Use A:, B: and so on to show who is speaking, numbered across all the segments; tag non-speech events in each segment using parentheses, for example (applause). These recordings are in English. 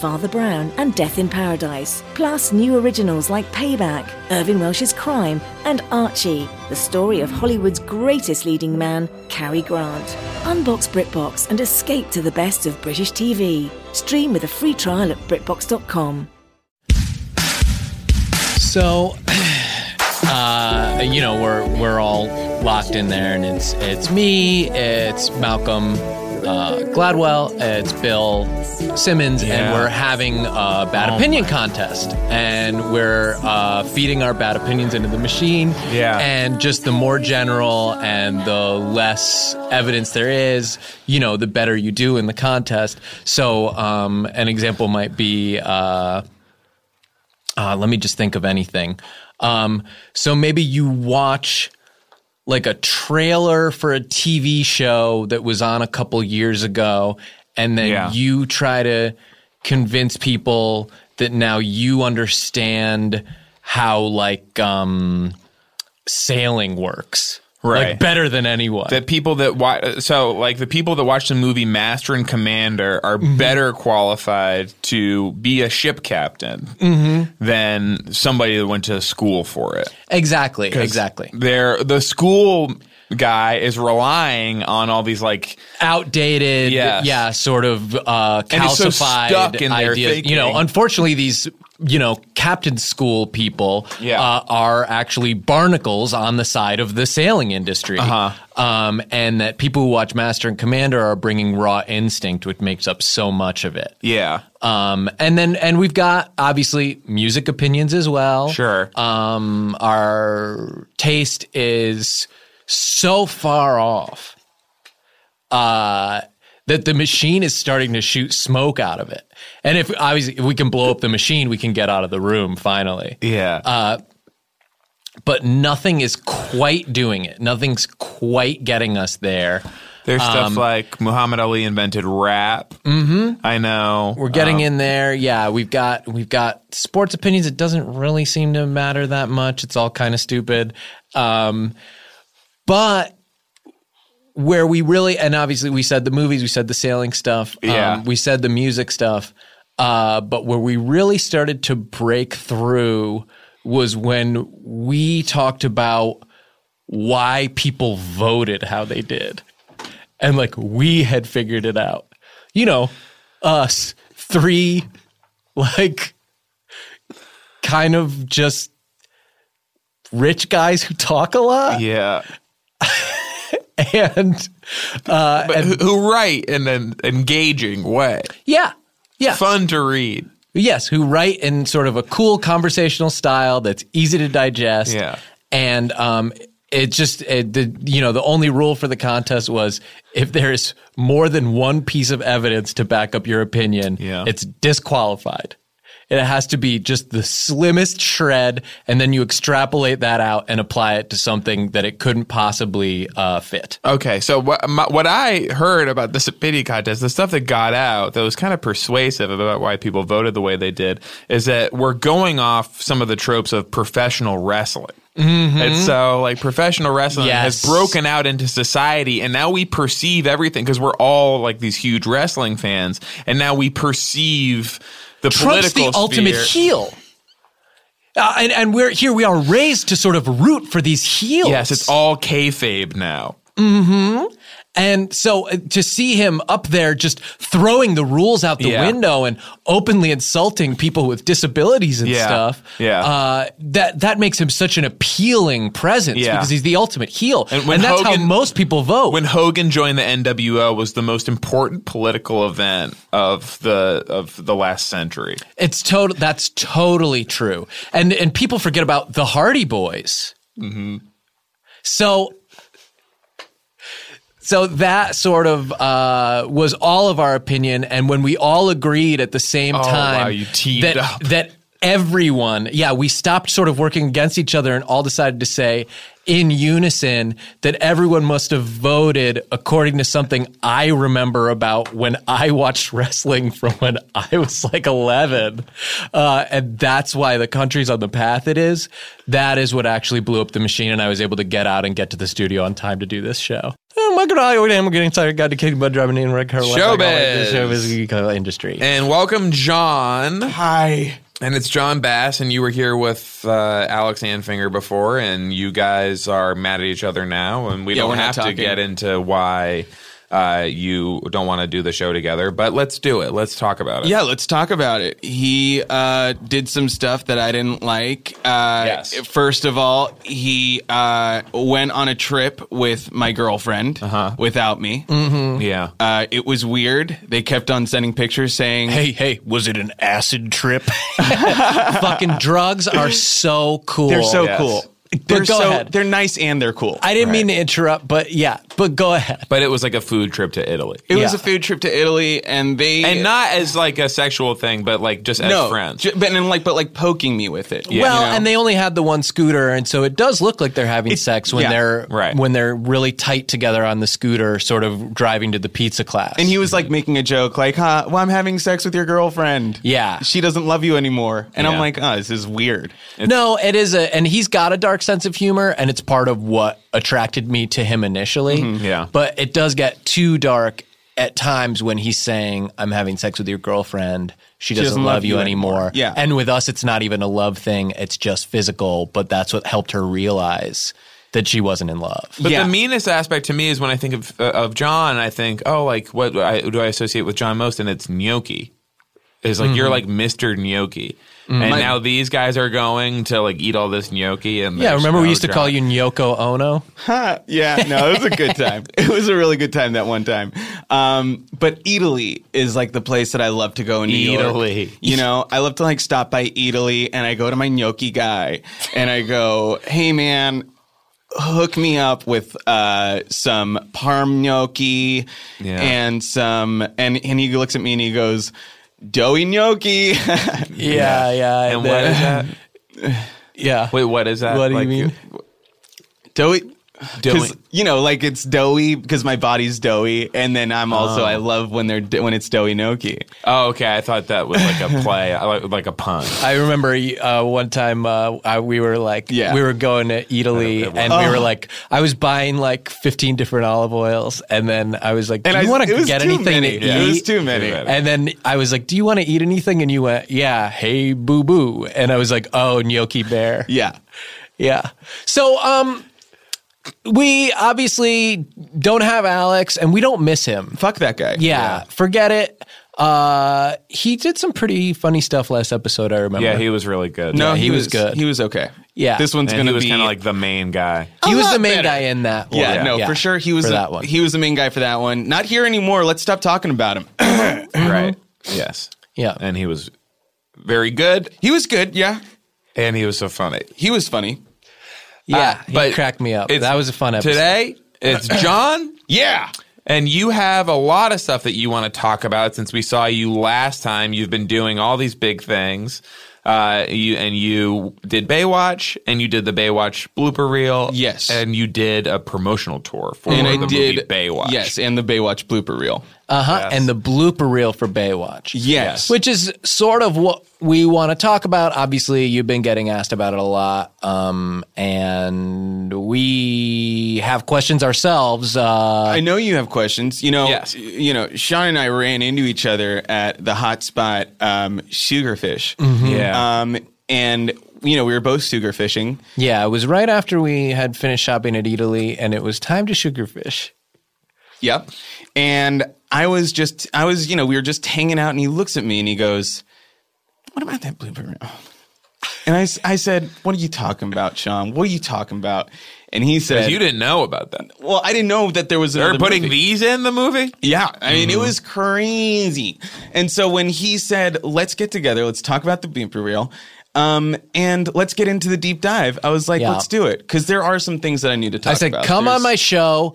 A: Father Brown, and Death in Paradise, plus new originals like Payback, Irving Welsh's Crime, and Archie, the story of Hollywood's greatest leading man, Cary Grant. Unbox BritBox and escape to the best of British TV. Stream with a free trial at BritBox.com.
B: So, (sighs) uh, you know, we're we're all locked in there, and it's it's me, it's Malcolm uh, Gladwell, it's Bill Simmons, and
C: Yeah.
B: we're having a bad
C: Oh
B: opinion contest, and we're uh, feeding our bad opinions into the machine.
C: Yeah.
B: and just the more general and the less evidence there is, you know, the better you do in the contest. So, um, an example might be. Uh, uh, let me just think of anything. Um, so maybe you watch like a trailer for a TV show that was on a couple years ago, and then
C: Yeah.
B: you try to convince people that now you understand how like um, sailing works, Like
C: Right.
B: better than anyone.
C: The people that watch, so like the people that watch the movie Master and Commander are
B: Mm-hmm.
C: better qualified to be a ship captain
B: Mm-hmm.
C: than somebody that went to school for it.
B: exactly,
C: 'Cause
B: exactly.
C: They're the school guy is relying on all these like
B: outdated,
C: Yes.
B: yeah, sort of uh,
C: And it's so
B: calcified
C: stuck in their
B: ideas. You know,
C: thinking.
B: unfortunately, these you know captain school people
C: Yeah.
B: uh, are actually barnacles on the side of the sailing industry. Uh-huh. Um, and that people who watch Master and Commander are bringing raw instinct, which makes up so much of it.
C: yeah
B: Um, and then, and we've got obviously music opinions as well.
C: Sure.
B: Um, our taste is so far off uh, that the machine is starting to shoot smoke out of it. And if obviously if we can blow up the machine, we can get out of the room finally.
C: yeah
B: uh, But nothing is quite doing it. Nothing's quite getting us there.
C: there's
B: um,
C: stuff like Muhammad Ali invented rap. Mm-hmm. I know
B: We're getting in there. Yeah, we've got we've got sports opinions. It doesn't really seem to matter that much. It's all kind of stupid. Um, but where we really and obviously we said the movies, we said the sailing stuff, um,
C: Yeah.
B: we said the music stuff. Uh, but where we really started to break through was when we talked about why people voted how they did and like we had figured it out. You know, us three, like, kind of just rich guys who talk a lot
C: yeah.
B: and
C: But who, who write in an engaging way,
B: yeah, yeah,
C: fun to read.
B: yes, who write in sort of a cool conversational style that's easy to digest.
C: Yeah.
B: and um. It just, it, the, you know, the only rule for the contest was if there is more than one piece of evidence to back up your opinion,
C: Yeah.
B: it's disqualified. It has to be just the slimmest shred, and then you extrapolate that out and apply it to something that it couldn't possibly uh, fit.
C: Okay, so what my, what I heard about this opinion contest, the stuff that got out that was kind of persuasive about why people voted the way they did, is that we're going off some of the tropes of professional wrestling. And so, like, professional wrestling
B: Mm-hmm. Yes.
C: has broken out into society, and now we perceive everything because we're all like these huge wrestling fans, and now we perceive the
B: Trump's the
C: political
B: ultimate
C: sphere-
B: heel. Uh, and and we're here. We are raised to sort of root for these heels.
C: Yes, it's all kayfabe now.
B: And so uh, to see him up there just throwing the rules out the
C: Yeah.
B: window and openly insulting people with disabilities and
C: Yeah.
B: stuff,
C: Yeah.
B: uh, that that makes him such an appealing presence
C: Yeah.
B: because he's the ultimate heel, and,
C: And when
B: that's how
C: Hogan-
B: most people vote.
C: when Hogan joined the NWO was the most important political event of the of the last century.
B: It's total. That's totally true. And and people forget about the Hardy Boys.
C: Mm-hmm.
B: So. So that sort of uh, was all of our opinion, and when we all agreed at the same
C: Oh, wow,
B: time
C: you teamed
B: that
C: up.
B: that everyone, yeah, we stopped sort of working against each other and all decided to say in unison that everyone must have voted according to something I remember about when I watched wrestling from when I was like 11. Uh, and that's why the country's on the path it is. That is what actually blew up the machine. And I was able to get out and get to the studio on time to do this show. Oh, my God, I'm getting tired. Got to kick mud driving in red car.
C: Showbiz.
B: Showbiz industry.
C: And welcome, John.
D: Hi.
C: And it's John Bass, and you were here with uh, Alex Anfinger before, and you guys are mad at each other now, and we
D: Yeah,
C: don't
D: we're not
C: have to
D: talking.
C: get into why uh, you don't want to do the show together, but let's do it. Let's talk about it.
D: Yeah, let's talk about it. He uh, did some stuff that I didn't like. Uh,
C: Yes.
D: First of all, he uh, went on a trip with my girlfriend
B: Uh-huh.
D: without me.
B: Mm-hmm.
C: yeah.
D: Uh, it was weird. They kept on sending pictures saying,
B: Hey, hey, was it an acid trip? (laughs) Fucking drugs are so cool.
E: They're so
C: Yes.
E: cool.
B: But
E: They're
B: go
E: so
B: ahead.
E: they're nice and they're cool.
B: I didn't mean to interrupt, but yeah, but go ahead.
C: but it was like a food trip to Italy,
D: It was
B: Yeah.
D: a food trip to Italy, and they
C: and not as like a sexual thing, but like just as
D: no,
C: friends.
D: ju- but and like but like poking me with it.
B: well,
D: you know?
B: and they only had the one scooter, and so it does look like they're having sex when
D: yeah,
B: they're
C: right.
B: when they're really tight together on the scooter, sort of driving to the pizza class.
D: and he was like making a joke, like, "Huh? Well, I'm having sex with your girlfriend.
B: Yeah.
D: she doesn't love you anymore." And
C: Yeah.
D: I'm like, "Oh, this is weird."
B: no, it is a, and he's got a dark sense of humor, and it's part of what attracted me to him initially.
C: Yeah.
B: but it does get too dark at times when he's saying, "I'm having sex with your girlfriend." She doesn't, love, you anymore.
D: Yeah.
B: and with us, it's not even a love thing; it's just physical. But that's what helped her realize that she wasn't in love.
C: But
D: Yeah.
C: the meanest aspect to me is when I think of uh, of John, I think, oh, like what I, do I associate with John most? And it's gnocchi. It's like
B: Mm-hmm.
C: you're like Mister Gnocchi,
B: Mm.
C: and now these guys are going to like eat all this gnocchi. And
B: Yeah,
C: there's
B: remember we
C: no
B: used to call
C: John.
B: you Nyoko Ono?
D: (laughs) Yeah, no, it was a
C: (laughs)
D: good time. It was a really good time that one time. Um, but Italy is like the place that I love to go in New York.
C: Italy.
D: You know, I love to like stop by Italy and I go to my gnocchi guy and I go, hey man, hook me up with uh, some parm gnocchi
C: Yeah.
D: and some, and, and he looks at me and he goes, doughy gnocchi. (laughs)
B: Yeah, yeah.
C: And what is that?
B: (laughs) Yeah.
C: Wait, what is that?
B: What do you mean?
D: doughy.
C: Doughy.
D: Because you know, like it's doughy because my body's doughy, and then I'm also I love when they're when it's doughy gnocchi.
C: Oh, okay. I thought that was like a play, I like, like a pun.
B: I remember uh, one time uh, I, we were like,
D: Yeah.
B: we were going to Italy and we were like, I was buying like 15 different olive oils. And then I was like, do
D: And I
B: you want
D: it
B: to
D: was
B: get
D: too
B: anything
D: many.
B: to
D: Yeah, It was
B: eat?
D: too many.
C: many.
B: And then I was like, do you want to eat anything? And you went, yeah, hey, boo boo. And I was like, oh, gnocchi bear.
D: Yeah.
B: Yeah. So, um, we obviously don't have Alex and we don't miss him.
D: Fuck that guy.
B: Yeah, forget it. Uh, he did some pretty funny stuff last episode. I remember.
C: Yeah, he was really good.
D: No,
B: Yeah,
D: he,
B: he was
D: was,
B: good.
D: He was okay.
B: Yeah.
D: This one's
C: and
D: going
C: he
D: to
C: was
D: be
C: kind of like the main guy.
B: He was
D: lot
B: the main
D: better.
B: guy in that. One.
D: yeah, no, for sure. He was
B: for
D: the,
B: that one.
D: He was the main guy for that one. Not here anymore. Let's stop talking about him. (coughs)
B: Uh-huh.
C: right. Yes.
B: Yeah.
C: And he was very good,
D: he was good. Yeah.
C: and he was so funny.
D: He was funny. Uh,
B: yeah, he
C: But
B: cracked me up.
C: it's-
B: That was a fun episode.
C: Today, it's John.
D: Yeah.
C: And you have a lot of stuff that you want to talk about since we saw you last time. You've been doing all these big things. Uh, you and you did Baywatch, and you did the Baywatch blooper reel.
D: Yes.
C: and you did a promotional tour for
D: And
C: the
D: I
C: movie
D: did
C: Baywatch.
D: Yes, and the Baywatch blooper reel.
B: Uh huh. And the blooper reel for Baywatch.
D: Yes.
B: Which is sort of what we want to talk about. Obviously, you've been getting asked about it a lot. Um, and we have questions ourselves. Uh,
D: I know you have questions. You know,
C: Yes.
D: you know, Sean and I ran into each other at the hot spot um, Sugarfish.
C: yeah.
D: Um, and you know, we were both sugar fishing.
B: yeah, it was right after we had finished shopping at Italy and it was time to sugarfish.
D: Yep. And I was just, I was, you know, we were just hanging out, and he looks at me and he goes, "What about that blooper reel?" And I, s- I said, "What are you talking about, Sean? What are you talking about?" And he said,
C: you didn't know about that.
D: "Well, I didn't know that there was
C: They're
D: another
C: putting
D: movie."
C: these in the movie.
D: Yeah, I mean, it was crazy. And so when he said, let's get together, let's talk about the blooper reel, um, and let's get into the deep dive, I was like,
B: Yeah.
D: let's do it. Because there are some things that I need to talk
B: I
D: about.
B: said, come on my
D: There's-
B: show,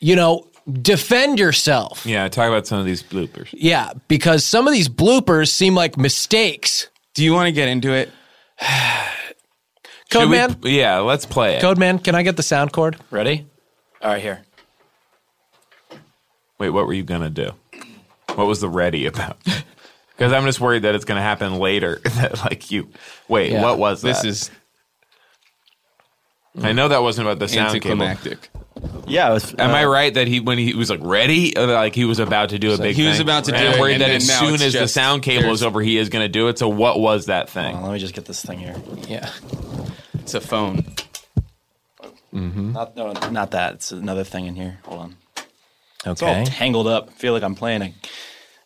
B: you know, defend yourself.
C: Yeah, talk about some of these bloopers.
B: Yeah, because some of these bloopers seem like mistakes.
D: Do you want to get into it?
C: Should
B: Code
C: we-
B: man.
C: yeah, let's play it.
B: Code man, can I get the sound cord?
E: Ready? All right, here.
C: Wait, what were you gonna do? What was the ready about? (laughs) Because I'm just worried that it's gonna happen later. (laughs) That like you. Wait,
B: Yeah.
C: what was that?
D: This is
C: I know that wasn't about the sound cable. Am
D: anticlimactic.
E: Yeah. It was, uh,
C: I right that he when he was like ready, or, like he was about to do a big?
D: he was
C: thing?
D: about to do
C: I'm
D: it,
C: worried
D: and
C: that
D: then
C: as
D: now
C: soon
D: it's
C: as the
D: just-
C: sound cable is
D: there's-
C: over, he is gonna do it. So what was that thing?
E: Let me just get this thing here.
B: Yeah.
D: It's a phone.
E: Not, no, not that. It's another thing in here. Hold on. It's all
B: Okay.
E: tangled up. I feel like I'm playing a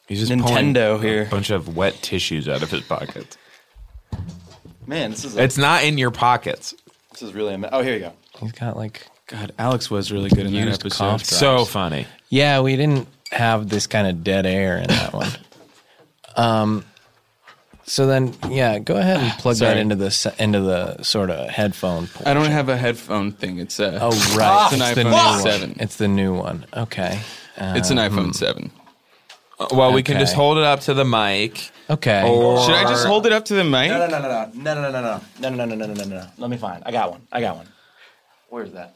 C: He's just pulling
E: Nintendo
C: a
E: here.
C: bunch of wet tissues out of his pockets.
E: Man, this is a,
C: It's not in your pockets.
E: this is really. Am- oh, here you go.
B: He's got like
D: God, Alex was really good in that
B: Used
D: episode.
B: cough
C: So funny.
B: Yeah, we didn't have this kind of dead air in that one. um, so then, yeah, go ahead and plug that
D: Sorry. Uh,
B: into the se- into the sort of headphone. Port.
D: I don't have a headphone thing. It's a
B: Oh right,
D: It's
B: the
D: an iPhone
B: new one.
D: 7.
B: It's the new one. Okay,
D: It's an iPhone seven.
C: Uh, Well, we can
B: Okay.
C: just hold it up to the mic.
B: okay.
C: Or-
D: Should I just hold it up to the mic?
E: No, no, no, no, no, no, no, no, no, no, no, no, no, no, no, no. Let me find. I got one. I got one. Where's that?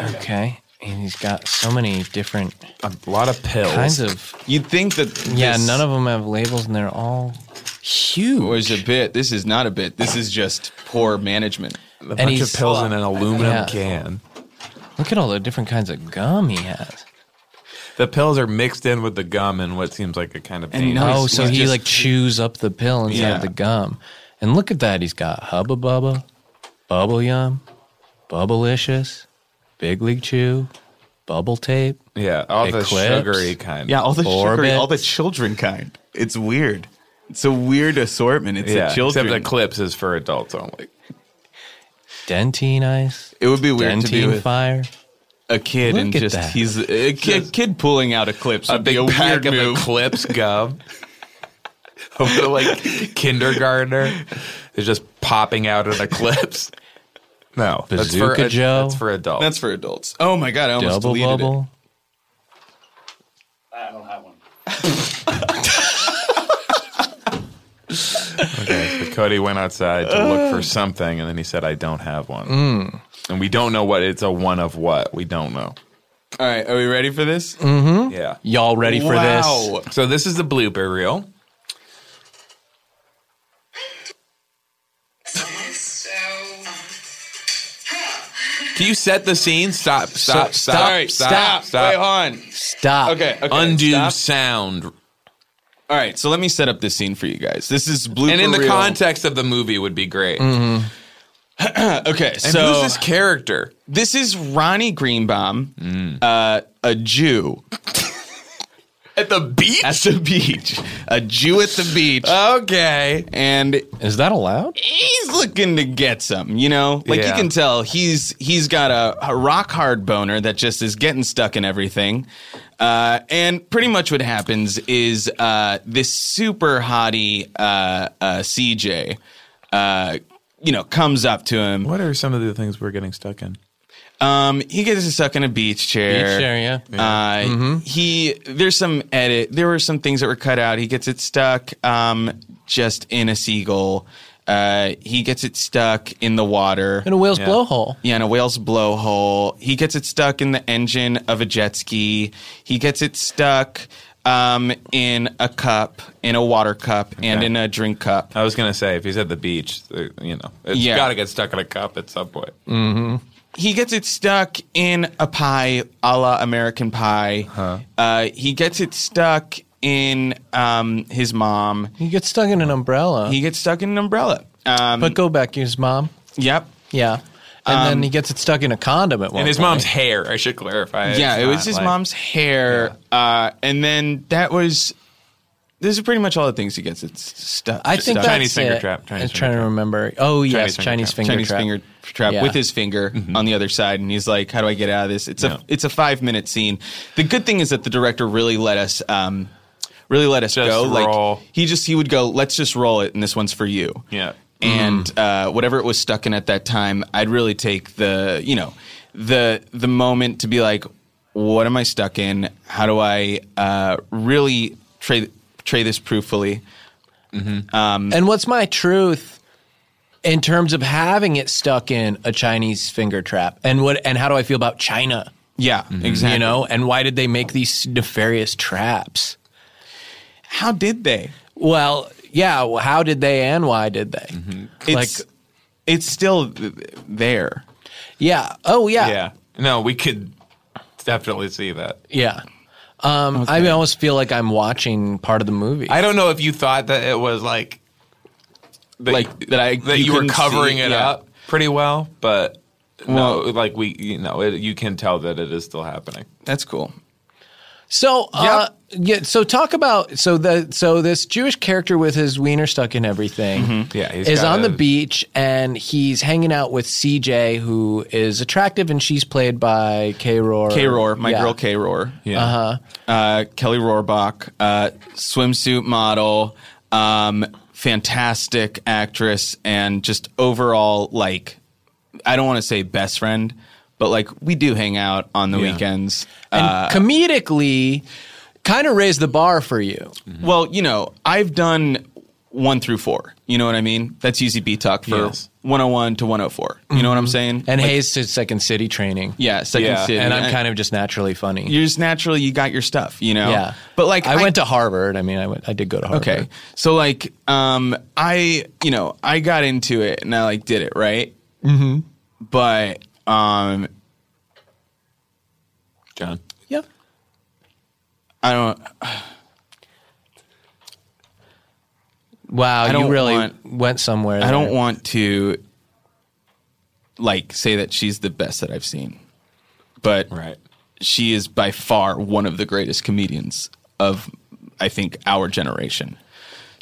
B: Okay, and he's got so many different
C: A lot of pills.
B: kinds of.
D: You'd think that
B: Yeah,
D: this
B: none of them have labels, and they're all huge.
D: was a bit. This is not a bit. This is just poor management.
C: a bunch of
B: he's-
C: pills in an aluminum
B: Yeah.
C: can.
B: Look at all the different kinds of gum he has.
C: The pills are mixed in with the gum in what seems like a kind of pain.
D: now- Oh,
B: Oh,
D: he's-
B: so
D: he's
B: he
D: just-
B: like chews up the pill instead
D: Yeah.
B: of the gum. And look at that. He's got Hubba Bubba, Bubble Yum, Bubblicious, Big League Chew, Bubble Tape.
C: yeah, all the
B: Eclipse.
C: sugary kind.
D: Yeah, all the sugary,
B: Orbit.
D: all the children kind. It's weird. It's a weird assortment. It's
C: yeah.
D: the children.
C: Except Eclipse is for adults only.
B: Dentine Ice,
D: it would be weird to be
B: Dentine
D: with
B: Fire.
D: a kid
B: Look
D: and
B: at
D: just
B: that.
D: he's a kid, kid pulling out Eclipse.
C: A
D: would be
C: big
D: a
C: pack
D: weird
C: of
D: move. (laughs)
C: Eclipse gum. (laughs) Of the like kindergartner is just popping out an eclipse. No, that's for,
B: Bazooka Joe.
C: that's for adults.
D: That's for adults. Oh my god, I almost
B: Double
D: deleted
B: Bubble.
E: I don't have one.
C: Okay, so Cody went outside to look for something, and then he said, "I don't have one."
D: Hmm.
C: And we don't know what it's a one of what. We don't know.
D: it. All right, are we ready for this?
C: Mm. Yeah.
B: Y'all ready for
D: wow.
C: So this is the blooper reel. Can you set the scene? Stop! Stop!
B: So-
C: stop!
D: All right,
C: stop!
D: stop. Wait, hold on.
B: this? Stop.
D: Okay, okay.
C: Undo
D: stop.
C: sound.
D: All right, so let me set up this scene for you guys. This is blue.
C: And in the context of the movie would be great.
D: okay.
C: And
D: Mm-hmm. so
C: who's this character?
D: This is Ronnie Greenbaum,
C: Mm.
D: uh, a Jew
C: At the beach?
D: at the beach, a Jew at the beach,
C: Uh, okay.
D: and
B: Is that allowed?
D: he's looking to get some. You know, like you
C: Yeah.
D: can tell he's he's got a, a rock hard boner that just is getting stuck in everything. Uh, and pretty much what happens is uh, this super hottie uh, uh, CJ, uh, you know, comes up to him.
C: What are some of the things we're getting stuck in?
D: Um, he gets stuck in a beach chair.
B: Beach chair, yeah.
D: Uh,
B: Mm-hmm.
D: He there's some edit. There were some things that were cut out. He gets it stuck um, just in a seagull. Uh, he gets it stuck in the water.
B: In a whale's blowhole.
D: Yeah, in a whale's blowhole. He gets it stuck in the engine of a jet ski. He gets it stuck um, in a cup, in a water cup, and
C: Okay.
D: in a drink cup.
C: I was gonna say if he's at the beach, uh, you know, it's
D: Yeah.
C: gotta get stuck in a cup at some point.
D: He gets it stuck in a pie, a la American Pie.
B: Uh-huh.
D: Uh, he gets it stuck in um, his mom.
B: You get stuck in an umbrella.
D: He gets stuck in an umbrella. Um,
B: but go back, his mom.
D: yep.
B: Yeah. And then
D: Um,
B: he gets it stuck in a condom at one
C: And his
B: point.
C: mom's hair, I should clarify. It's
D: yeah, it was
C: not
D: his
C: like-
D: mom's hair. Uh, and then that was. This is pretty much all the things he gets. It's stuck.
B: I think
D: stuck.
B: that's
C: Chinese finger
B: it.
C: trap, Chinese
B: I'm
C: finger
B: trying to
C: trap.
B: remember. Oh yes,
C: finger
B: Chinese
C: trap.
B: finger
D: Chinese
B: trap.
D: finger trap
B: Yeah. Mm-hmm.
D: with his finger on the other side, and he's like, "How do I get out of this?" It's
C: Yeah.
D: a it's a five minute scene. The good thing is that the director really let us um, really let us
C: Just
D: go.
C: roll.
D: Like he just he would go, "Let's just roll it," and this one's for you.
C: Yeah.
D: And
B: Mm-hmm.
D: uh, whatever it was stuck in at that time, I'd really take the you know the the moment to be like, "What am I stuck in? How do I uh, really tray tray this prooffully?"
B: And what's my truth in terms of having it stuck in a Chinese finger trap? And what and how do I feel about China?
D: Yeah, exactly.
B: Mm-hmm. You know, and why did they make these nefarious traps?
D: how did they?
B: Well, yeah, well, how did they and why did they?
C: Mm-hmm.
D: It's
B: Like-
D: it's still th- there.
B: Yeah. Oh, yeah.
C: Yeah. No, we could definitely see that.
B: Yeah.
D: Uh,
B: Um, I almost feel like I'm watching part of the movie.
C: I don't know if you thought that it was like that
D: Like, that I-
C: that
D: you
C: you, were
D: couldn't
C: covering
D: see,
C: it
D: yeah.
C: up pretty well, but no,
D: Well-
C: like we you know it, you can tell that it is still happening.
D: That's cool.
B: So, uh, yeah. So talk about so the so this Jewish character with his wiener stuck in everything.
D: Mm-hmm.
C: Yeah, he's
B: is
C: got
B: on
C: a-
B: the beach and he's hanging out with CJ, who is attractive, and she's played by K. Roar.
D: K Roar, my
B: Yeah.
D: girl K Roar.
C: Yeah. Uh-huh.
D: Uh, Kelly Rohrbach, uh, swimsuit model, um, fantastic actress, and just overall, like, I don't want to say best friend, but like, we do hang out on the
C: Yeah.
D: weekends. Uh,
B: And comedically, kind of raised the bar for you.
D: Well, you know, I've done one through four. You know what I mean? That's easy B talk for
C: Yes.
D: 101 to 104. You know what I'm saying?
B: And Hayes to Second City training.
D: yeah, second
C: Yeah,
D: city.
B: and I'm
D: I-
B: kind of just naturally funny.
D: You're just naturally, you got your stuff, you know?
B: yeah,
D: But like,
B: I, went to Harvard. I mean, I went. I did go to Harvard.
D: Okay. So like um I you know, I got into it and I like did it, right? Mm-hmm. But um
C: John.
B: Yeah.
D: I don't
B: Wow, you
D: don't
B: really
D: want-
B: went somewhere.
D: I
B: there.
D: don't want to like say that she's the best that I've seen. But
C: Right.
D: she is by far one of the greatest comedians of I think our generation.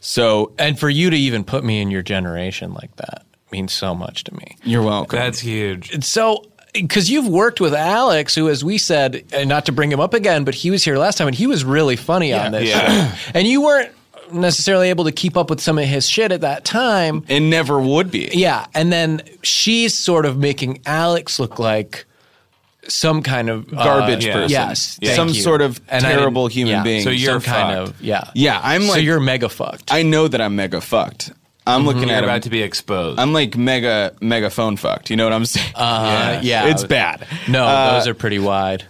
D: So
B: And for you to even put me in your generation like that means so much to me.
D: you're welcome.
C: That's huge.
B: So, because you've worked with Alex, who, as we said, and not to bring him up again, but he was here last time and he was really funny on this.
C: Yeah.
B: (clears throat) and you weren't necessarily able to keep up with some of his shit at that time.
D: and never would be.
B: Yeah. And then she's sort of making Alex look like some kind of uh,
D: Garbage
C: yeah.
D: person.
B: Yes. thank
D: Some
B: you.
D: sort of
B: And I didn't-
D: terrible human
B: yeah,
D: being.
C: So you're
B: some kind
C: fucked.
B: of, yeah.
D: Yeah, I'm
B: so
D: like-
B: you're mega fucked.
D: I know that I'm mega fucked. I'm looking
C: Mm-hmm. You're
D: at him.
C: about to be exposed.
D: I'm like mega mega phone fucked. You know what I'm saying?
B: Uh, yeah.
D: (laughs) It's bad. Uh,
B: No, those are pretty wide.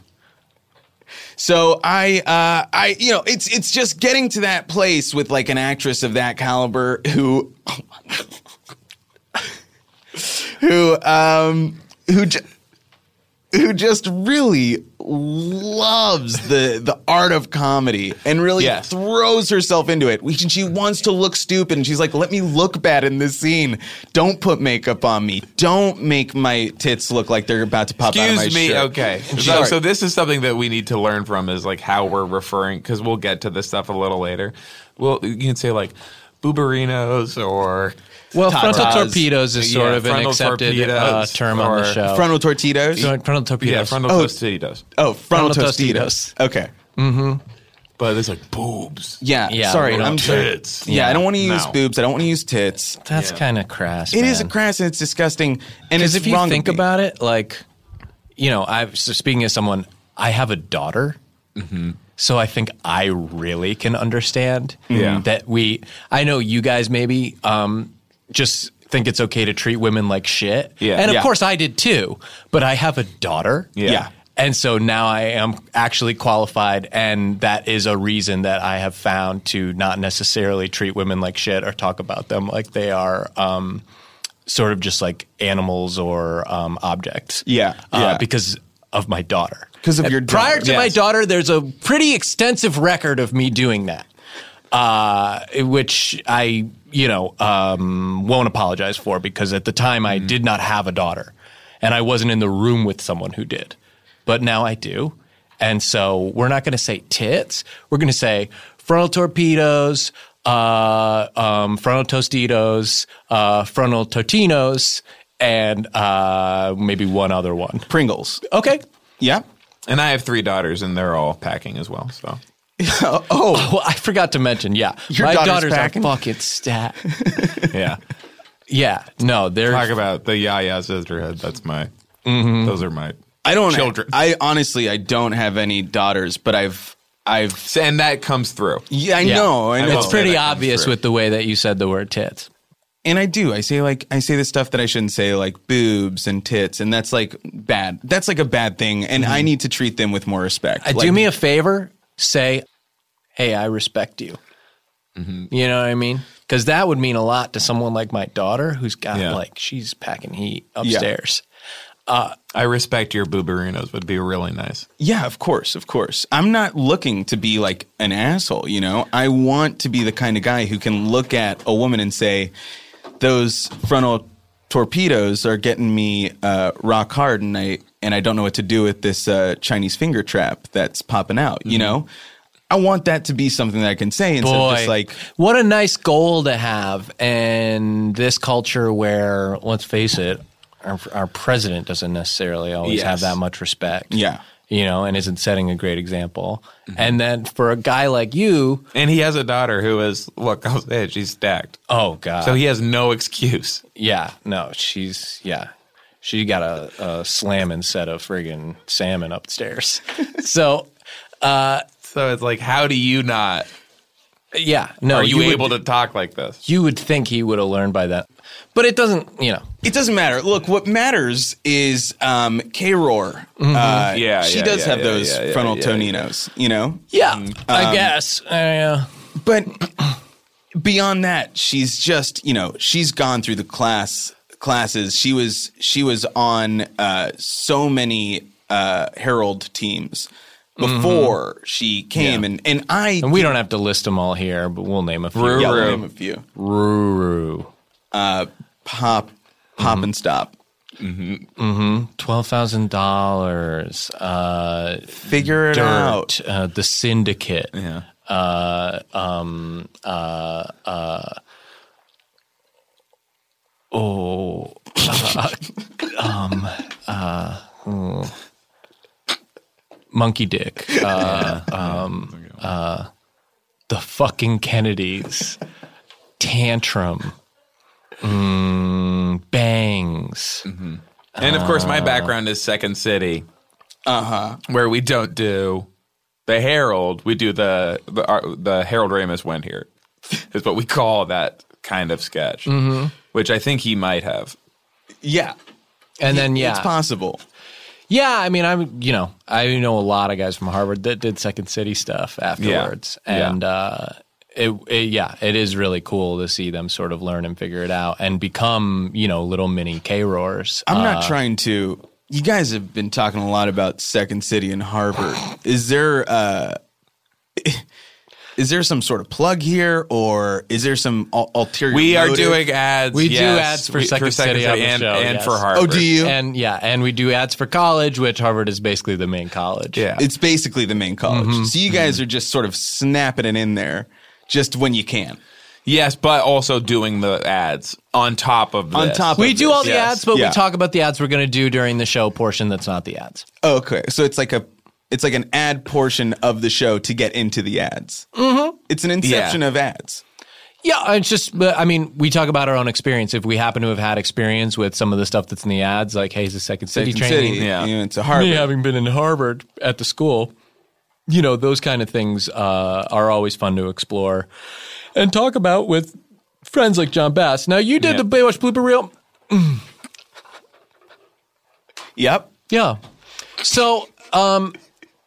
D: So I uh I you know, it's it's just getting to that place with like an actress of that caliber who (laughs) who um who ju- who just really loves the the art of comedy and really
C: Yes.
D: throws herself into it. We- She wants to look stupid and she's like, "Let me look bad in this scene. Don't put makeup on me. Don't make my tits look like they're about to pop out of my
C: Excuse me.
D: shirt."
C: Okay.
D: (laughs)
C: So,
D: Sorry.
C: so this is something that we need to learn from is like how we're referring because we'll get to this stuff a little later. Well, you can say like booberinos or
B: Well, frontal
D: bras.
B: torpedoes is sort
C: Yeah,
B: of an
C: frontal
B: accepted uh,
C: torpedoes
B: term on the
C: or-
B: show.
D: Frontal torpedoes.
B: Front- frontal torpedoes.
C: yeah, frontal
D: Oh.
C: tostitos.
D: Oh, frontal,
B: Frontal Tostitos.
D: tostitos. Okay.
C: But it's like boobs.
D: Yeah.
B: Yeah,
D: sorry.
B: we don't
D: I'm
B: do
D: sorry.
C: tits.
D: Yeah, I don't want to use
C: No.
D: boobs. I don't want to use tits.
B: That's
C: Yeah.
B: kind of crass.
D: It is a crass and it's disgusting. And
B: Because
D: it's
B: if you
D: wrong of
B: think
D: me.
B: about it, like, you know, I've so speaking as someone, I have a daughter.
C: Mm-hmm.
B: So I think I really can understand
C: Yeah.
B: that we. I know you guys maybe um, just think it's okay to treat women like shit,
C: Yeah.
B: and of
C: Yeah.
B: course I did too. But I have a daughter,
C: Yeah.
D: Yeah.
B: and so now I am actually qualified, and that is a reason that I have found to not necessarily treat women like shit or talk about them like they are um, sort of just like animals or um, objects.
D: Yeah,
B: Uh,
D: yeah.
B: because of my daughter.
D: 'Cause of your
B: Uh, prior
D: daughter,
B: to my
D: yes.
B: daughter, there's a pretty extensive record of me doing that, uh, which I you know um, won't apologize for because at the time I did not have a daughter, and I wasn't in the room with someone who did, but now I do, and so we're not going to say tits. We're going to say frontal torpedoes. Uh, um, frontal tostitos, uh, frontal totinos, and uh, maybe one other one.
D: Pringles.
B: Okay.
D: Yeah. (laughs)
C: And I have three daughters, and they're all packing as well. So
D: Oh, oh,
B: Well, I forgot to mention. Yeah,
D: Your
B: my daughters
D: daughter's packing?
B: are fucking
D: (laughs)
B: stat.
C: yeah,
B: yeah, no, they're
C: talk about the yaya sisterhood. That's my.
D: Mm-hmm.
C: Those are my.
D: I don't
C: Children.
D: I honestly I don't have any daughters, but I've I've
C: So- and that comes through.
D: yeah, I
B: Yeah.
D: know, I know.
B: It's pretty
C: that comes
B: obvious
C: through.
B: with the way that you said the word tits.
D: and I do. I say like I say the stuff that I shouldn't say, like boobs and tits, and that's like bad. That's like a bad thing, and I need to treat them with more respect.
B: Uh,
D: like,
B: Mm-hmm. Do me a favor, say, "Hey, I respect you."
D: Mm-hmm.
B: You know what I mean? Because that would mean a lot to someone like my daughter, who's got
C: Yeah.
B: like she's packing heat upstairs.
C: I respect your booberinos would be really nice.
D: yeah, of course, of course. I'm not looking to be like an asshole, you know. I want to be the kind of guy who can look at a woman and say, "Those frontal torpedoes are getting me uh, rock hard," and I and I don't know what to do with this uh, Chinese finger trap that's popping out, you
C: Mm-hmm.
D: know. I want that to be something that I can say instead
B: Boy,
D: of just like
B: what a nice goal to have in this culture where, let's face it, our, our president doesn't necessarily always
C: Yes.
B: have that much respect.
D: Yeah.
B: You know, and isn't setting a great example. And then for a guy like you,
C: And he has a daughter who is (laughs) look, I'll say it, she's stacked.
B: oh God.
C: So he has no excuse.
B: Yeah, no, she's yeah, she got a, a slamming set of friggin' salmon upstairs. so
C: So it's like, how do you not?
B: yeah, no,
C: Are you,
B: would-
C: able to talk like this?
B: You would think he would have learned by that, but it doesn't. You know,
D: It doesn't matter. Look, what matters is um, K Roar. Uh,
C: Mm-hmm. Yeah,
D: she
C: yeah,
D: does
C: yeah,
D: have
C: yeah,
D: those
C: yeah, yeah,
D: frontal
C: yeah,
D: toninos, you know.
B: yeah, I guess. Uh,
D: But beyond that, she's just you know she's gone through the class classes. She was she was on uh, so many uh, Herald teams before she came, and and I
B: Mm-hmm. and we don't have to list them all here, but we'll name a few.
C: Ruru.
D: yeah, I'll
C: Ruru.
D: name a few
B: Ruru.
D: pop pop
B: Mm-hmm.
D: and stop
B: Twelve thousand dollars. Uh,
D: figure it out.
B: dirt. Uh, the syndicate. uh, um,
C: Yeah.
B: Oh, (laughs) um, uh, um, uh, mm. monkey dick. Uh, um, uh, the fucking Kennedys. Tantrum. Mm, bangs.
D: Mm-hmm.
C: And of course, my
B: Ah.
C: background is Second City,
B: Uh-huh.
C: uh huh, where we don't do the Herald. We do the the, our, the Harold Ramis went here (laughs) is what we call that kind of sketch,
B: Mm-hmm.
C: which I think he might have.
D: Yeah,
B: And then
D: it's
B: yeah,
D: possible.
B: yeah. I mean, I'm you know I know a lot of guys from Harvard that did Second City stuff afterwards,
C: Yeah.
B: and uh, it, it yeah, it is really cool to see them sort of learn and figure it out and become you know little mini Uh, K roars.
D: I'm
C: Uh,
D: not trying to. You guys have been talking a lot about Second City and Harvard. Is there uh, (laughs) is there some sort of plug here, or is there some al- ulterior?
C: We are
D: motive?
C: doing ads.
B: We do
C: yes.
B: ads for
C: We-
B: Second City on the
C: and,
B: show,
C: and
B: yes.
C: for Harvard.
D: Oh, do you?
B: And yeah, and we do ads for college, which Harvard is basically the main college.
C: Yeah. Mm-hmm.
D: it's basically the main college. So you guys are just sort of snapping it in there, just when you can.
C: Yes, but also doing the ads on top of this.
D: On top of
B: We do all the
D: Yes.
B: ads, but
D: Yeah.
B: we talk about the ads we're going to do during the show portion that's not the ads.
D: Oh, Okay, so it's like a it's like an ad portion of the show to get into the ads. Mm-hmm. It's an inception of ads.
B: Yeah, it's just, but, I mean, we talk about our own experience. If we happen to have had experience with some of the stuff that's in the ads, like, hey, is this Second City
D: Second
B: training?
D: City,
C: yeah.
D: you know, it's a Harvard.
B: Me having been in Harvard at the school, you know, those kind of things uh, are always fun to explore and talk about with friends like John Bass. Now, you did
C: Yeah.
B: the Baywatch blooper reel.
D: Yep.
B: Yeah. So, um,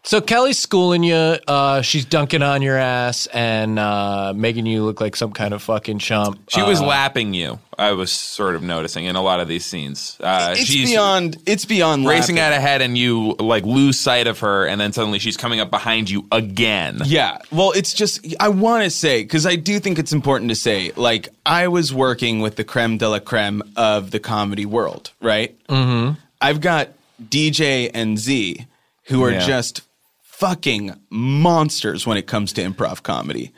B: so Kelly's schooling you. Uh, she's dunking on your ass and uh, making you look like some kind of fucking chump.
C: She was
D: Uh,
C: lapping you. I was sort of noticing in a lot of these scenes. Uh,
D: it's
C: she's
D: beyond it's beyond
C: racing
D: laughing.
C: out ahead, and you like lose sight of her, and then suddenly she's coming up behind you again.
D: yeah well it's just i want to say because i do think it's important to say like i was working with the creme de la creme of the comedy world right mm-hmm. i've got dj and z who are
C: Yeah.
D: just fucking monsters when it comes to improv comedy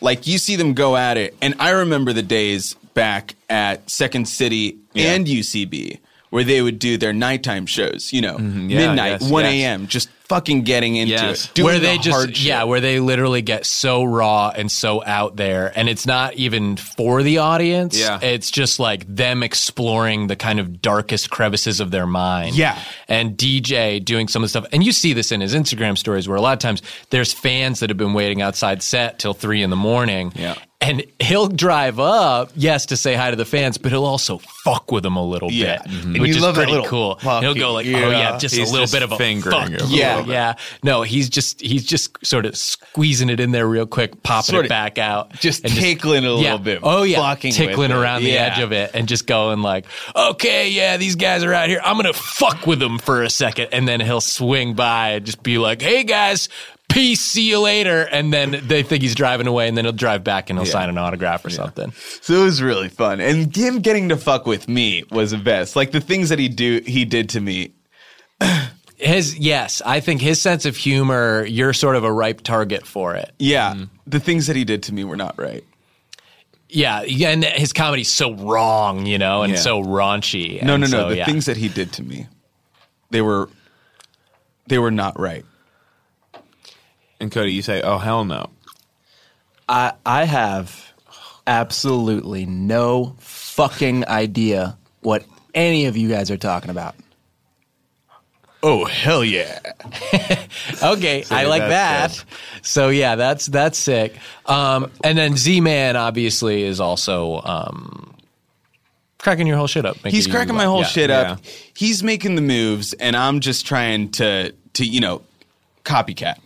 D: like you see them go at it and i remember the days back at second city and ucb where they would do their nighttime shows, you know,
C: Mm-hmm. yeah,
D: midnight,
C: yes,
D: 1
C: yes.
D: a.m., just fucking getting into
C: Yes.
D: it. Doing
B: where they
D: the
B: just
D: hard shit.
B: yeah, where they literally get so raw and so out there, and it's not even for the audience.
C: Yeah.
B: it's just like them exploring the kind of darkest crevices of their mind.
D: Yeah.
B: and DJ doing some of the stuff, and you see this in his Instagram stories, where a lot of times there's fans that have been waiting outside set till three in the morning.
D: Yeah.
B: And he'll drive up, yes, to say hi to the fans, but he'll also fuck with them a little
D: Yeah.
B: bit,
D: Mhm.
B: which
E: you
B: is
E: love that
B: pretty
E: little
B: cool.
E: fuck
B: He'll go like, "Oh yeah,
C: yeah.
B: just
C: He's
B: a little
C: just
B: bit of a
C: fingering
B: fuck
C: him a
B: yeah,
D: little bit.
B: yeah. No, he's just he's just sort of squeezing it in there real quick, popping
D: Sort
B: it
D: of
B: back out,
E: Just
B: and
E: tickling it a
B: yeah.
E: little bit.
B: Oh yeah,
E: Fucking
B: tickling
E: with it.
B: around the
E: Yeah.
B: edge of it, and just going like, okay, yeah, these guys are out here. I'm gonna fuck with them for a second, and then he'll swing by and just be like, hey guys. Peace, see you later. And then they think he's driving away, and then he'll drive back and he'll sign an autograph or something.
D: So it was really fun, and him getting to fuck with me was the best. Like the things that he do, he did to me.
B: His yes, I think his sense of humor, you're sort of a ripe target for it.
D: Yeah, the things that he did to me were not right.
B: Yeah, yeah, and his comedy's so wrong, you know, and
D: Yeah.
B: so raunchy.
D: No,
B: and
D: no, no.
B: so,
D: the
B: yeah.
D: things that he did to me, they were, they were not right.
C: And Cody, you say, "Oh hell no."
F: I I have absolutely no fucking idea what any of you guys are talking about.
E: Oh hell yeah!
B: (laughs) Okay, I like that.
C: that's
B: So yeah, that's that's sick. Um, and then Z Man obviously is also um, cracking your whole shit up. making
D: He's
B: you
D: cracking
B: laugh.
D: my whole
B: Yeah.
D: shit up.
C: yeah.
D: He's making the moves, and I'm just trying to, to you know, copycat.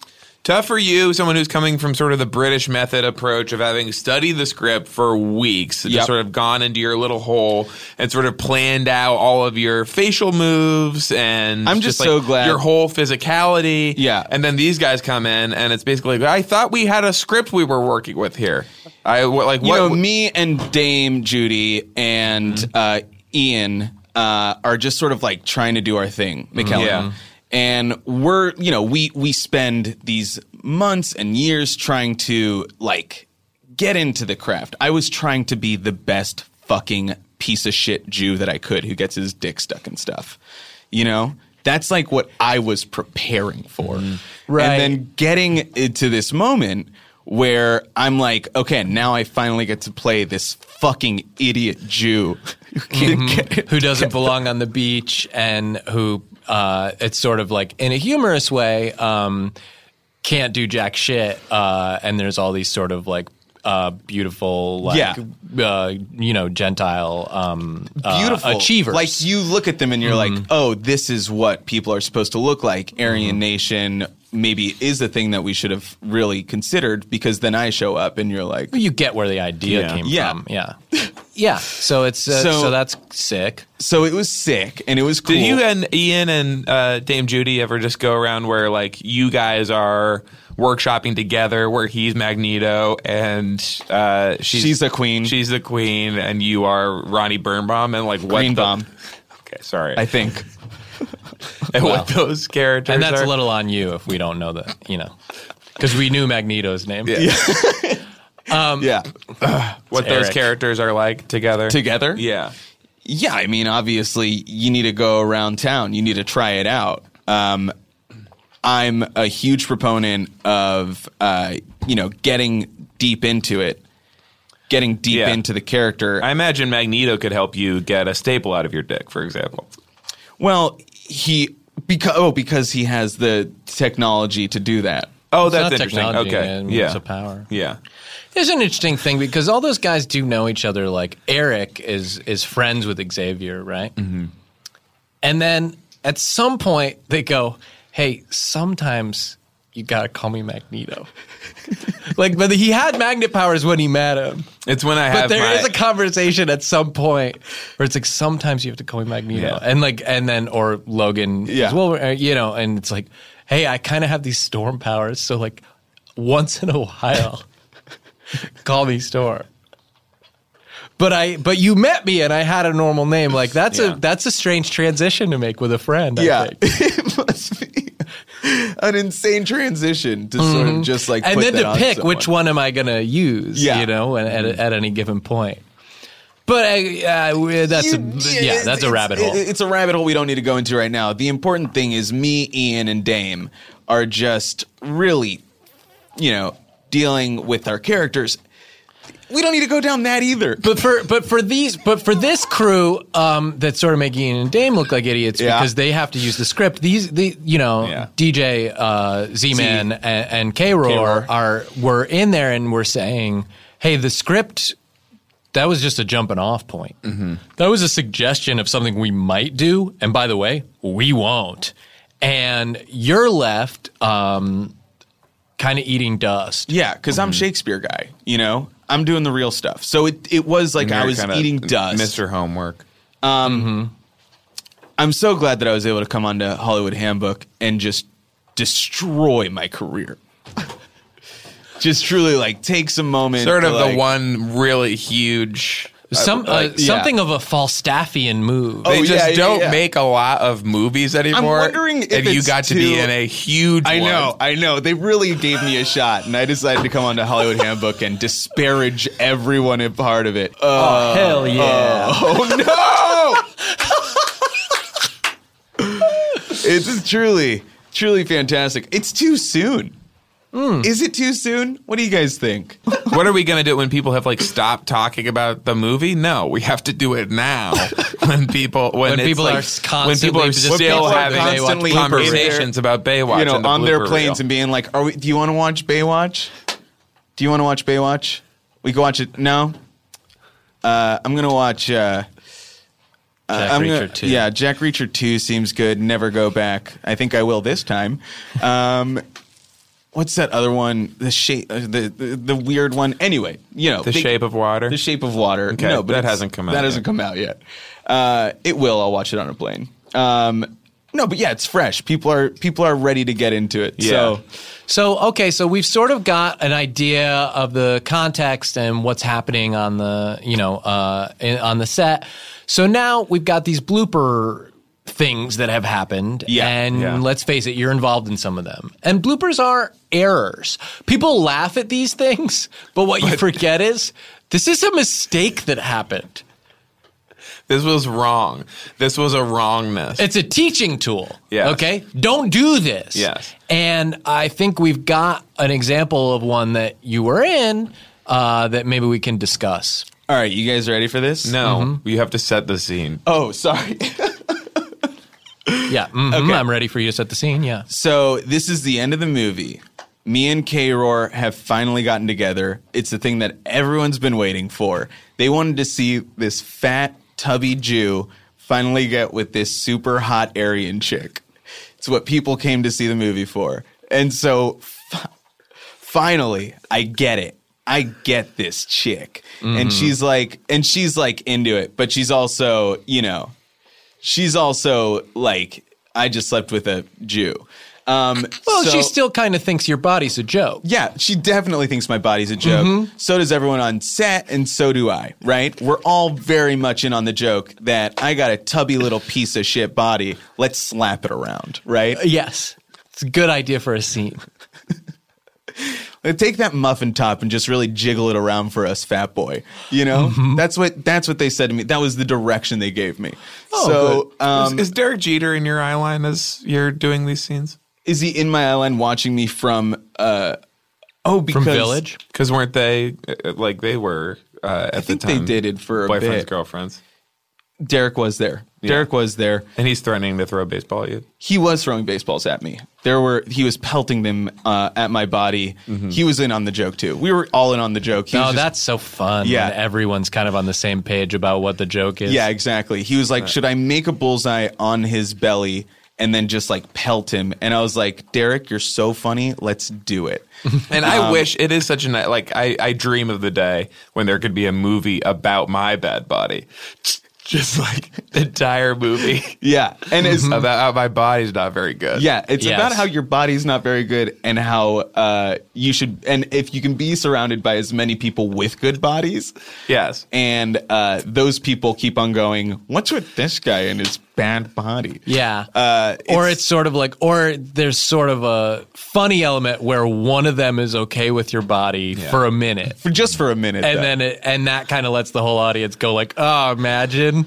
C: Tough for you, someone who's coming from sort of the British method approach of having studied the script for weeks,
D: Yep.
C: just sort of gone into your little hole and sort of planned out all of your facial moves and
D: I'm just so glad-
C: your whole physicality.
D: Yeah.
C: And then these guys come in and it's basically, I thought we had a script we were working with here. I what- like
D: You
C: what Mm-hmm.
D: know, me and Dame Judy and uh, Ian uh, are just sort of like trying to do our thing, McKellen.
C: Mm-hmm. Yeah.
D: And we're, you know, we we spend these months and years trying to like get into the craft. I was trying to be the best fucking piece of shit Jew that I could who gets his dick stuck in stuff. You know? That's like what I was preparing for.
C: Mm-hmm.
B: Right.
D: And then getting into this moment where I'm like, okay, now I finally get to play this fucking idiot Jew. (laughs)
B: who doesn't belong on the beach and who uh, it's sort of like in a humorous way um, can't do jack shit uh, and there's all these sort of like uh, beautiful like
D: Yeah.
B: uh, you know gentile um, uh,
D: Beautiful
B: achievers
D: Like you look at them and you're like, oh, this is what people are supposed to look like. Aryan Nation maybe is the thing that we should have really considered because then I show up and you're like,
B: you get where the idea
C: Yeah.
B: came
D: Yeah.
B: from yeah yeah so it's uh, so,
D: So-
B: that's sick
D: so it was sick and it was cool.
C: Did you and Ian and uh, Dame Judy ever just go around where like you guys are workshopping together, where he's Magneto and uh, she's,
D: She's the queen.
C: she's the queen, and you are Ronnie Birnbaum, and like what
D: Green
C: the-
D: Bomb,
C: Okay, sorry,
D: I think.
C: (laughs) and what those characters
B: and that's
C: are.
B: a little on you if we don't know that you know because we knew magneto's name
C: Yeah. Oh,
D: yeah.
C: what those
B: Eric.
C: characters are like together.
D: Together?
C: yeah.
D: Yeah, I mean, obviously, you need to go around town. You need to try it out. Um, I'm a huge proponent of uh, you know getting deep into it, getting deep
C: Yeah.
D: into the character.
C: I imagine Magneto could help you get a staple out of your dick, for example.
D: well, he because oh because he has the technology to do that.
C: Oh,
B: It's
C: that's
B: not
C: interesting.
B: technology,
C: okay,
B: man.
C: yeah,
B: It's a power.
C: Yeah,
B: It's an interesting thing because all those guys do know each other. Like Eric is is friends with Xavier, right? Mm-hmm. And then at some point they go, "Hey, sometimes you gotta call me Magneto." (laughs) like, but he had magnet powers when he met him.
C: it's when I have.
B: But there is
C: my-
B: a conversation at some point where it's like sometimes you have to call me Magneto,
C: Yeah.
B: and like and then or Logan,
D: Yeah.
B: as well, uh, you know, and it's like, hey, I kind of have these storm powers, so like once in a while, (laughs) call me Storm. But I but you met me and I had a normal name. Like that's
C: Yeah.
B: a that's a strange transition to make with a friend. I think.
D: (laughs) it must be an insane transition to sort of just like
B: Mm-hmm. and
D: put
B: then
D: that
B: to
D: on
B: pick which
D: someone.
B: one am I going to use,
D: Yeah. Mm-hmm.
B: you know, and at, at any given point. But I, uh, we- that's a, yeah, that's a rabbit hole.
D: It's a rabbit hole we don't need to go into right now. The important thing is me, Ian, and Dame are just really, you know, dealing with our characters. We don't need to go down that either.
B: But for but for these but for this crew um, that sort of make Ian and Dame look like idiots
D: Yeah.
B: because they have to use the script. These the you know
C: Yeah.
B: DJ uh, Z Man and, and K Roar
C: K-Roar.
B: are were in there and were saying, hey, the script that was just a jumping off point. That was a suggestion of something we might do, and by the way, we won't. And you're left um, kind of eating dust.
D: Yeah, because
C: Mm-hmm.
D: I'm Shakespeare guy. You know, I'm doing the real stuff. So it, it was like I
C: You're
D: was
C: kinda
D: eating dust.
C: Mr. Homework.
D: I'm so glad that I was able to come onto Hollywood Handbook and just destroy my career. (laughs) just truly like take some moment.
C: Sort
D: to,
C: of
D: like-
C: the one really huge.
B: Some uh,
D: yeah.
B: something of a Falstaffian move.
D: Oh,
C: They
D: yeah,
C: just
D: yeah,
C: don't
D: yeah.
C: make a lot of movies anymore.
D: wondering if
C: and you
D: it's
C: got to be
D: too-
C: in a huge.
D: I
C: one.
D: know, I know. They really gave me a shot, and I decided to come onto Hollywood Handbook and disparage everyone a part of it.
C: Oh,
D: Uh,
B: Hell yeah.
D: oh no! (laughs) it's just truly, truly fantastic. It's too soon.
C: Hmm.
D: Is it too soon? What do you guys think?
C: What are we going to do when people have like stopped talking about the movie? No, we have to do it now. (laughs) when people when,
B: When
C: it's,
B: people
C: like-
B: are
C: when
B: constantly
C: people are
B: just-
C: still
D: people are
C: having
D: constantly
C: conversations about Baywatch,
D: you know,
C: and the
D: on their
C: blooper
D: planes
C: reel.
D: and being like, "Are we? Do you want to watch Baywatch? Do you want to watch Baywatch? We can watch it. No, uh, I'm gonna watch. Uh, uh,
B: Jack
D: I'm
B: Reacher
D: gonna-
B: 2.
D: Yeah, Jack Reacher Two seems good. Never go back. I think I will this time. Um, what's that other one? The shape, uh, the, the the weird one. Anyway, you know,
C: The
D: they-
C: Shape of Water.
D: The Shape of Water. no, but
C: that
D: it's-
C: hasn't come out
D: That
C: yet.
D: hasn't come out yet. Uh, it will. I'll watch it on a plane. Um, no, but yeah, it's fresh. People are people are ready to get into it. So
B: So okay, so we've sort of got an idea of the context and what's happening on the you know uh, in, on the set. So now we've got these blooper things that have happened,
D: Yeah,
B: and
C: yeah.
B: let's face it, you're involved in some of them. And bloopers are errors. People laugh at these things, but what you forget is this is a mistake that happened.
C: This was wrong. This was a wrongness.
B: It's a teaching tool.
C: Yes.
B: Okay. Don't do this.
C: Yes.
B: And I think we've got an example of one that you were in uh, that maybe we can discuss.
D: all right, you guys ready for this?
C: no,
D: mm-hmm.
C: you have to set the scene.
D: Oh, sorry. (laughs)
B: Yeah. mhm, I'm ready for you to set the scene. Yeah.
D: so this is the end of the movie. Me and K Roar have finally gotten together. It's the thing that everyone's been waiting for. They wanted to see this fat, tubby Jew finally get with this super hot Aryan chick. It's what people came to see the movie for. And so finally, I get it. I get this chick.
B: Mm-hmm.
D: And she's like, and she's like into it, but she's also, you know, she's also like, I just slept with a Jew. Um,
B: Well,
D: so-
B: she still kind of thinks your body's a joke.
D: yeah, she definitely thinks my body's a joke.
B: Mm-hmm.
D: So does everyone on set, and so do I, right? We're all very much in on the joke that I got a tubby little piece of shit body. Let's slap it around, right?
B: Yes. It's a good idea for a scene.
D: Like, Take that muffin top and just really jiggle it around for us, fat boy. You know,
B: Mm-hmm.
D: that's what that's what they said to me. That was the direction they gave me.
B: Oh,
D: so, um,
C: is, is Derek Jeter in your eye line as you're doing these scenes?
D: is he in my island watching me from? Uh, oh, because
B: From Village.
C: Because weren't they uh, like they were uh, at
D: I think
C: the time?
D: they dated for a
C: boyfriends,
D: bit.
C: girlfriends,
D: Derek was there. Derek was there.
C: and he's threatening to throw a baseball at you.
D: he was throwing baseballs at me. There were he was pelting them uh, at my body. He was in on the joke too. We were all in on the joke. He
B: Oh,
D: was just-
B: Mm-hmm. that's so fun.
D: Yeah.
B: When everyone's kind of on the same page about what the joke is.
D: yeah, exactly. He was like, should I make a bullseye on his belly and then just like pelt him? And I was like, Derek, you're so funny. Let's
B: (laughs)
D: do it.
C: And
D: Um,
C: I wish it is such a night. Like I, I dream of the day when there could be a movie about my bad body, (laughs) just like the entire movie
D: (laughs) yeah, and it's
C: about how my body's not very good.
D: Yeah, it's
B: Mhm. Yes.
D: about how your body's not very good and how uh, you should, and if you can be surrounded by as many people with good bodies,
C: Yes.
D: and uh, those people keep on going. What's with this guy and his bad body. Uh,
B: Yeah. or it's sort of like, or there's sort of a funny element where one of them is okay with your body for a minute.
D: For just for a minute.
B: And
D: though.
B: then it, and that kind of lets the whole audience go like, oh, imagine.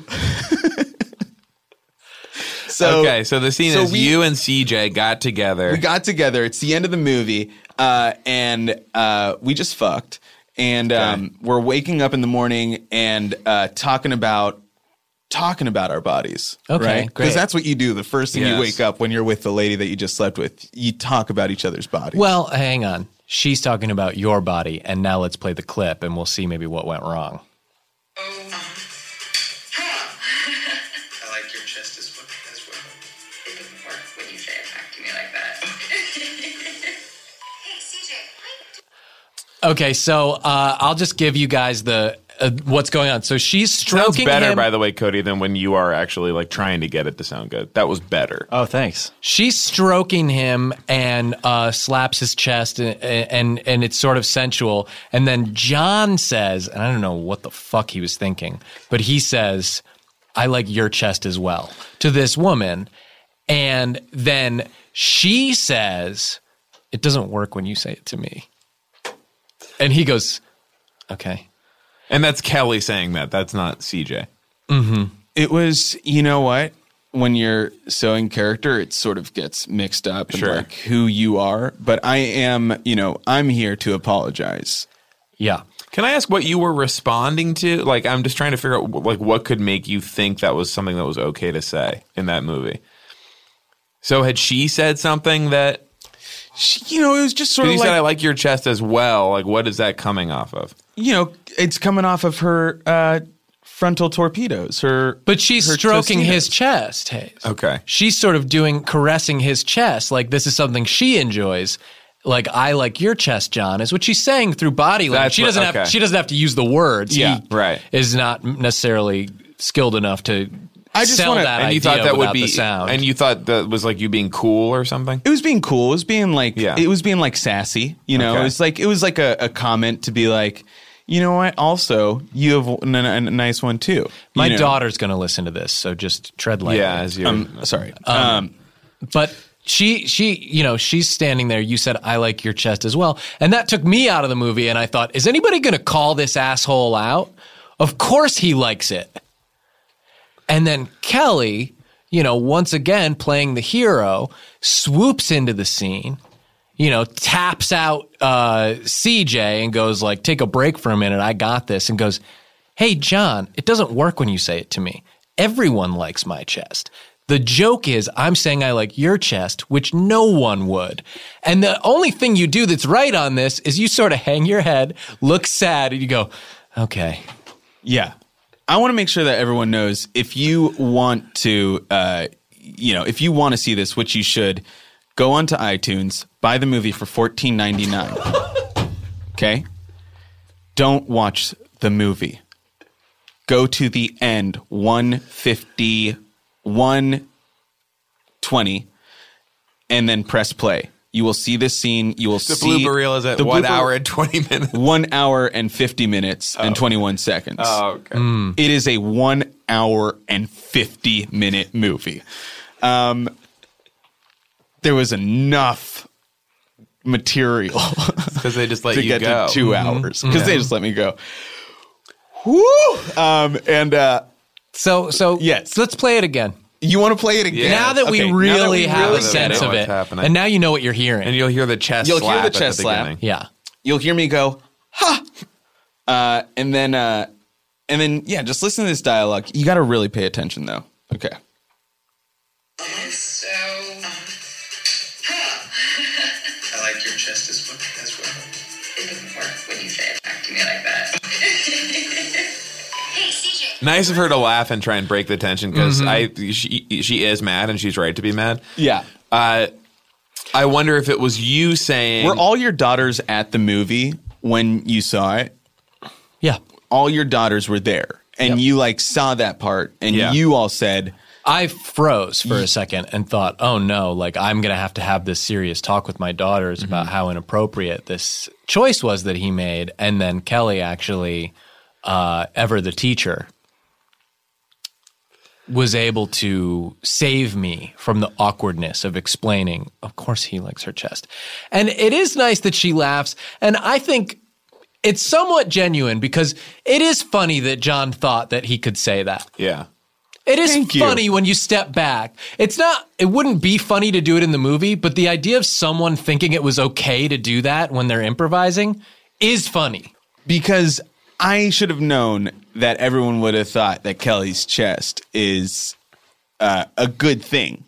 D: so
C: okay, so the scene
D: so
C: is
D: we-
C: you and CJ got together.
D: we got together. It's the end of the movie, uh, and uh, we just fucked. And um, we're waking up in the morning and uh, talking about talking about our bodies.
B: Okay, great.
D: Because that's what you do. The first thing
C: Yes.
D: you wake up when you're with the lady that you just slept with, you talk about each other's bodies.
B: Well, hang on. She's talking about your body, and now let's play the clip and we'll see maybe what went wrong.
G: I like your chest as well. As well.
H: It didn't work when you said it back to me like that. hey, CJ, why do
B: Okay, so uh, I'll just give you guys the uh, what's going on. So she's
C: Sounds
B: stroking
C: better,
B: him.
C: by the way, Cody, than when you are actually like trying to get it to sound good. That was better.
E: Oh, thanks.
B: She's stroking him and uh, slaps his chest, and, and and it's sort of sensual. And then John says, and I don't know what the fuck he was thinking, but he says, "I like your chest as well" to this woman, and then she says, "It doesn't work when you say it to me," and he goes, "Okay."
C: And that's Kelly saying that. That's not CJ.
D: It was, you know what? When you're sewing character, it sort of gets mixed up and
C: Sure.
D: like who you are. But I am, you know, I'm here to apologize.
B: Yeah.
C: Can I ask what you were responding to? Like, I'm just trying to figure out, like, what could make you think that was something that was okay to say in that movie. So, had she said something that
D: She, you know, it was just sort
C: you
D: of
C: said,
D: like
C: "I like your chest as well"? Like, what is that coming off of?
D: you know, it's coming off of her uh, frontal torpedoes. Her,
B: But she's
D: her
B: stroking his
D: testinos.
B: chest, Hayes.
C: Okay.
B: She's sort of doing caressing his chest, like this is something she enjoys. Like I like your chest, John, is what she's saying through body language.
C: That's
B: She
C: what-
B: doesn't have
C: okay.
B: she doesn't have to use the words.
D: Yeah,
C: right.
B: Is not necessarily skilled enough to
D: I just
B: sell
D: wanna-
B: that
C: And you
B: idea
C: thought that would
B: without
C: be
B: the sound.
C: And you thought that was like you being cool or something.
D: It was being cool. It was being like
C: Yeah.
D: it was being like sassy. You know,
C: Okay.
D: it was like it was like a, a comment to be like, you know what? Also, you have a, a, a nice one too.
B: my
D: you know?
B: daughter's going to listen to this, so just tread lightly.
C: Yeah, as you.
D: Um, sorry. Um,
B: but she she you know she's standing there you said i like your chest as well and that took me out of the movie and i thought is anybody going to call this asshole out of course he likes it and then kelly you know once again playing the hero swoops into the scene you know taps out uh, cj and goes like take a break for a minute i got this and goes hey john it doesn't work when you say it to me everyone likes my chest the joke is i'm saying i like your chest which no one would and the only thing you do that's right on this is you sort of hang your head look sad and you go okay
D: yeah, I want to make sure that everyone knows if you want to, uh, you know, if you want to see this, which you should, go onto iTunes, buy the movie for fourteen ninety nine. okay, don't watch the movie. Go to the end, one fifty, one twenty, and then press play. You will see this scene. You will
C: the
D: see
C: blooper reel is at
D: the
C: one
D: blooper-
C: hour and twenty minutes.
D: one hour and 50 minutes and 21 seconds.
C: Oh, okay.
B: Hmm.
D: It is a one hour and 50 minute movie. Um, there was enough material (laughs)
C: Because they just let
D: to
C: you
D: get
C: go.
D: to two
B: Mm-hmm.
D: hours because they just let me go. Woo! Um, and uh,
B: so so
D: Yes.
B: let's play it again
D: you want to play it
C: Yes.
D: again?
B: now that
D: Okay,
B: we
D: now that
B: really
D: we
B: have
C: really
B: a sense
C: know
B: of
C: what's
B: it
C: happening.
B: and now you know what you're hearing
C: and you'll hear the chest.
D: You'll hear
C: slap
D: the
C: at
D: chest slap.
C: beginning.
B: yeah
D: you'll hear me go, ha, uh, and then uh, and then yeah, just listen to this dialogue. You got to really pay attention though. Okay.
G: So, I like your chest as well. As well.
H: it didn't work when you said it back to me like that. hey, CJ,
C: Nice of her to laugh and try and break the tension because I she she is mad and she's right to be mad.
D: Yeah.
C: Uh, I wonder if it was you saying
D: Were all your daughters at the movie when you saw it?
B: yeah
D: All your daughters were there, and you like saw that part, and
C: Yeah.
D: you all said,
B: I froze for a second and thought, oh no, like I'm going to have to have this serious talk with my daughters about how inappropriate this choice was that he made. And then Kelly actually, uh, ever the teacher, was able to save me from the awkwardness of explaining, of course, he likes her chest. And it is nice that she laughs. And I think it's somewhat genuine because it is funny that John thought that he could say that.
C: Yeah.
B: It is
D: Thank you.
B: funny when you step back. It's not, it wouldn't be funny to do it in the movie, but the idea of someone thinking it was okay to do that when they're improvising is funny.
D: because I should have known that everyone would have thought that Kelly's chest is uh, a good thing.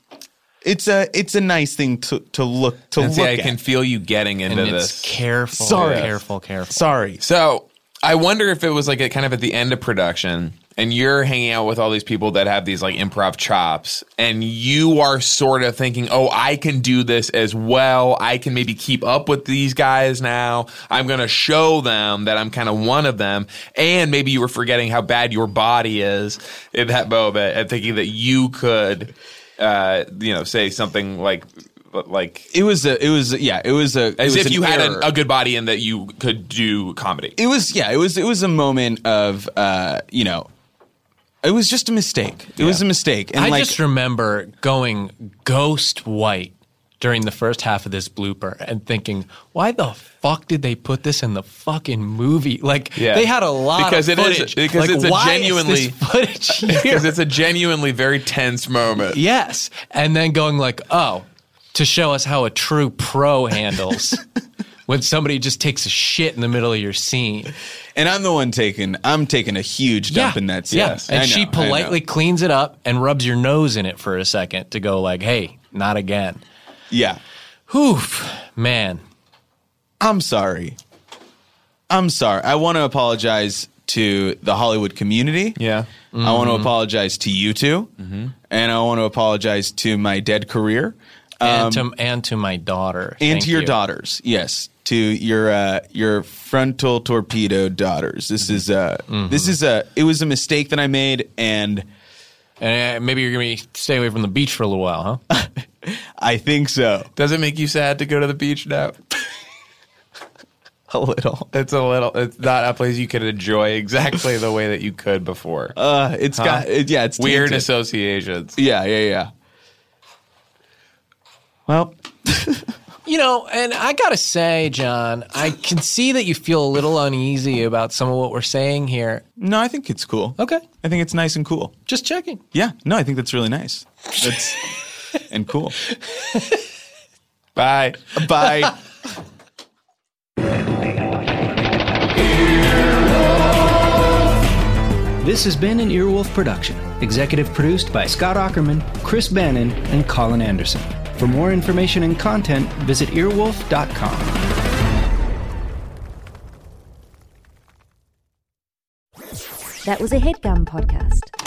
D: It's a it's a nice thing to to look to
C: And
D: look
C: see, I
D: at.
C: can feel you getting
B: And
C: into
B: it's
C: this.
B: careful,
D: Sorry.
B: careful, careful.
D: Sorry,
C: So I wonder if it was like at kind of at the end of production and you're hanging out with all these people that have these like improv chops and you are sort of thinking, oh, I can do this as well. I can maybe keep up with these guys now. I'm going to show them that I'm kind of one of them. And maybe you were forgetting how bad your body is in that moment and thinking that you could, uh, you know, say something like, like,
D: it was a it was a, yeah it was a it
C: as if
D: was an
C: you had
D: error.
C: a, a good body and that you could do
D: (laughs)
C: comedy.
D: it was yeah it was it was a moment of uh you know it was just a mistake it was a mistake and
B: I
D: like
B: just remember going ghost white during the first half of this blooper and thinking, why the fuck did they put this in the fucking movie? Like
C: Yeah.
B: they had a lot
C: Because
B: of
C: it is-
B: footage.
C: because
B: Like,
C: it's a
B: why is
C: genuinely-
B: this
C: (laughs)
B: footage here?
C: because it's a genuinely very tense moment.
B: yes, and then going like, oh, to show us how a true pro
D: (laughs)
B: handles. When somebody just takes a shit in the middle of your scene,
D: and I'm the one taking I'm taking a huge dump in that scene.
B: yeah, and
D: I know, I
B: she
D: know.
B: politely cleans it up and rubs your nose in it for a second to go like, "Hey, not again."
D: yeah
B: Oof, man.
D: I'm sorry I'm sorry I want to apologize to the Hollywood community
C: Yeah.
D: I
B: Mm-hmm.
D: want to apologize to you 2 and I want to apologize to my dead career
B: And, to, and to my daughter.
D: Um, and
B: Thank
D: to your
B: you.
D: daughters yes to your uh, your frontal torpedo daughters this is a
B: Mm-hmm.
D: this is a it was a mistake that i made and
B: And uh, maybe you're going to stay away from the beach for a little while,
D: (laughs)
B: huh?
D: i think so
C: Does it make you sad to go to the beach now? (laughs)
D: a little
C: It's a little. It's not a place you could enjoy exactly the way that you could before.
D: uh it's got it, yeah it's
C: Weird
D: tainted.
C: associations.
D: yeah yeah yeah well
B: you know, and I got to say, John, I can see that you feel a little uneasy about some of what we're saying here.
D: no i think it's cool
B: Okay.
D: i think it's nice and cool
B: Just checking.
D: yeah no i think that's really nice
B: (laughs)
D: that's and cool
C: Bye.
D: bye
I: This has been an Earwolf production, executive produced by Scott Ackerman, Chris Bannon, and Colin Anderson. For more information and content, visit earwolf.com.
A: That was a headgum podcast.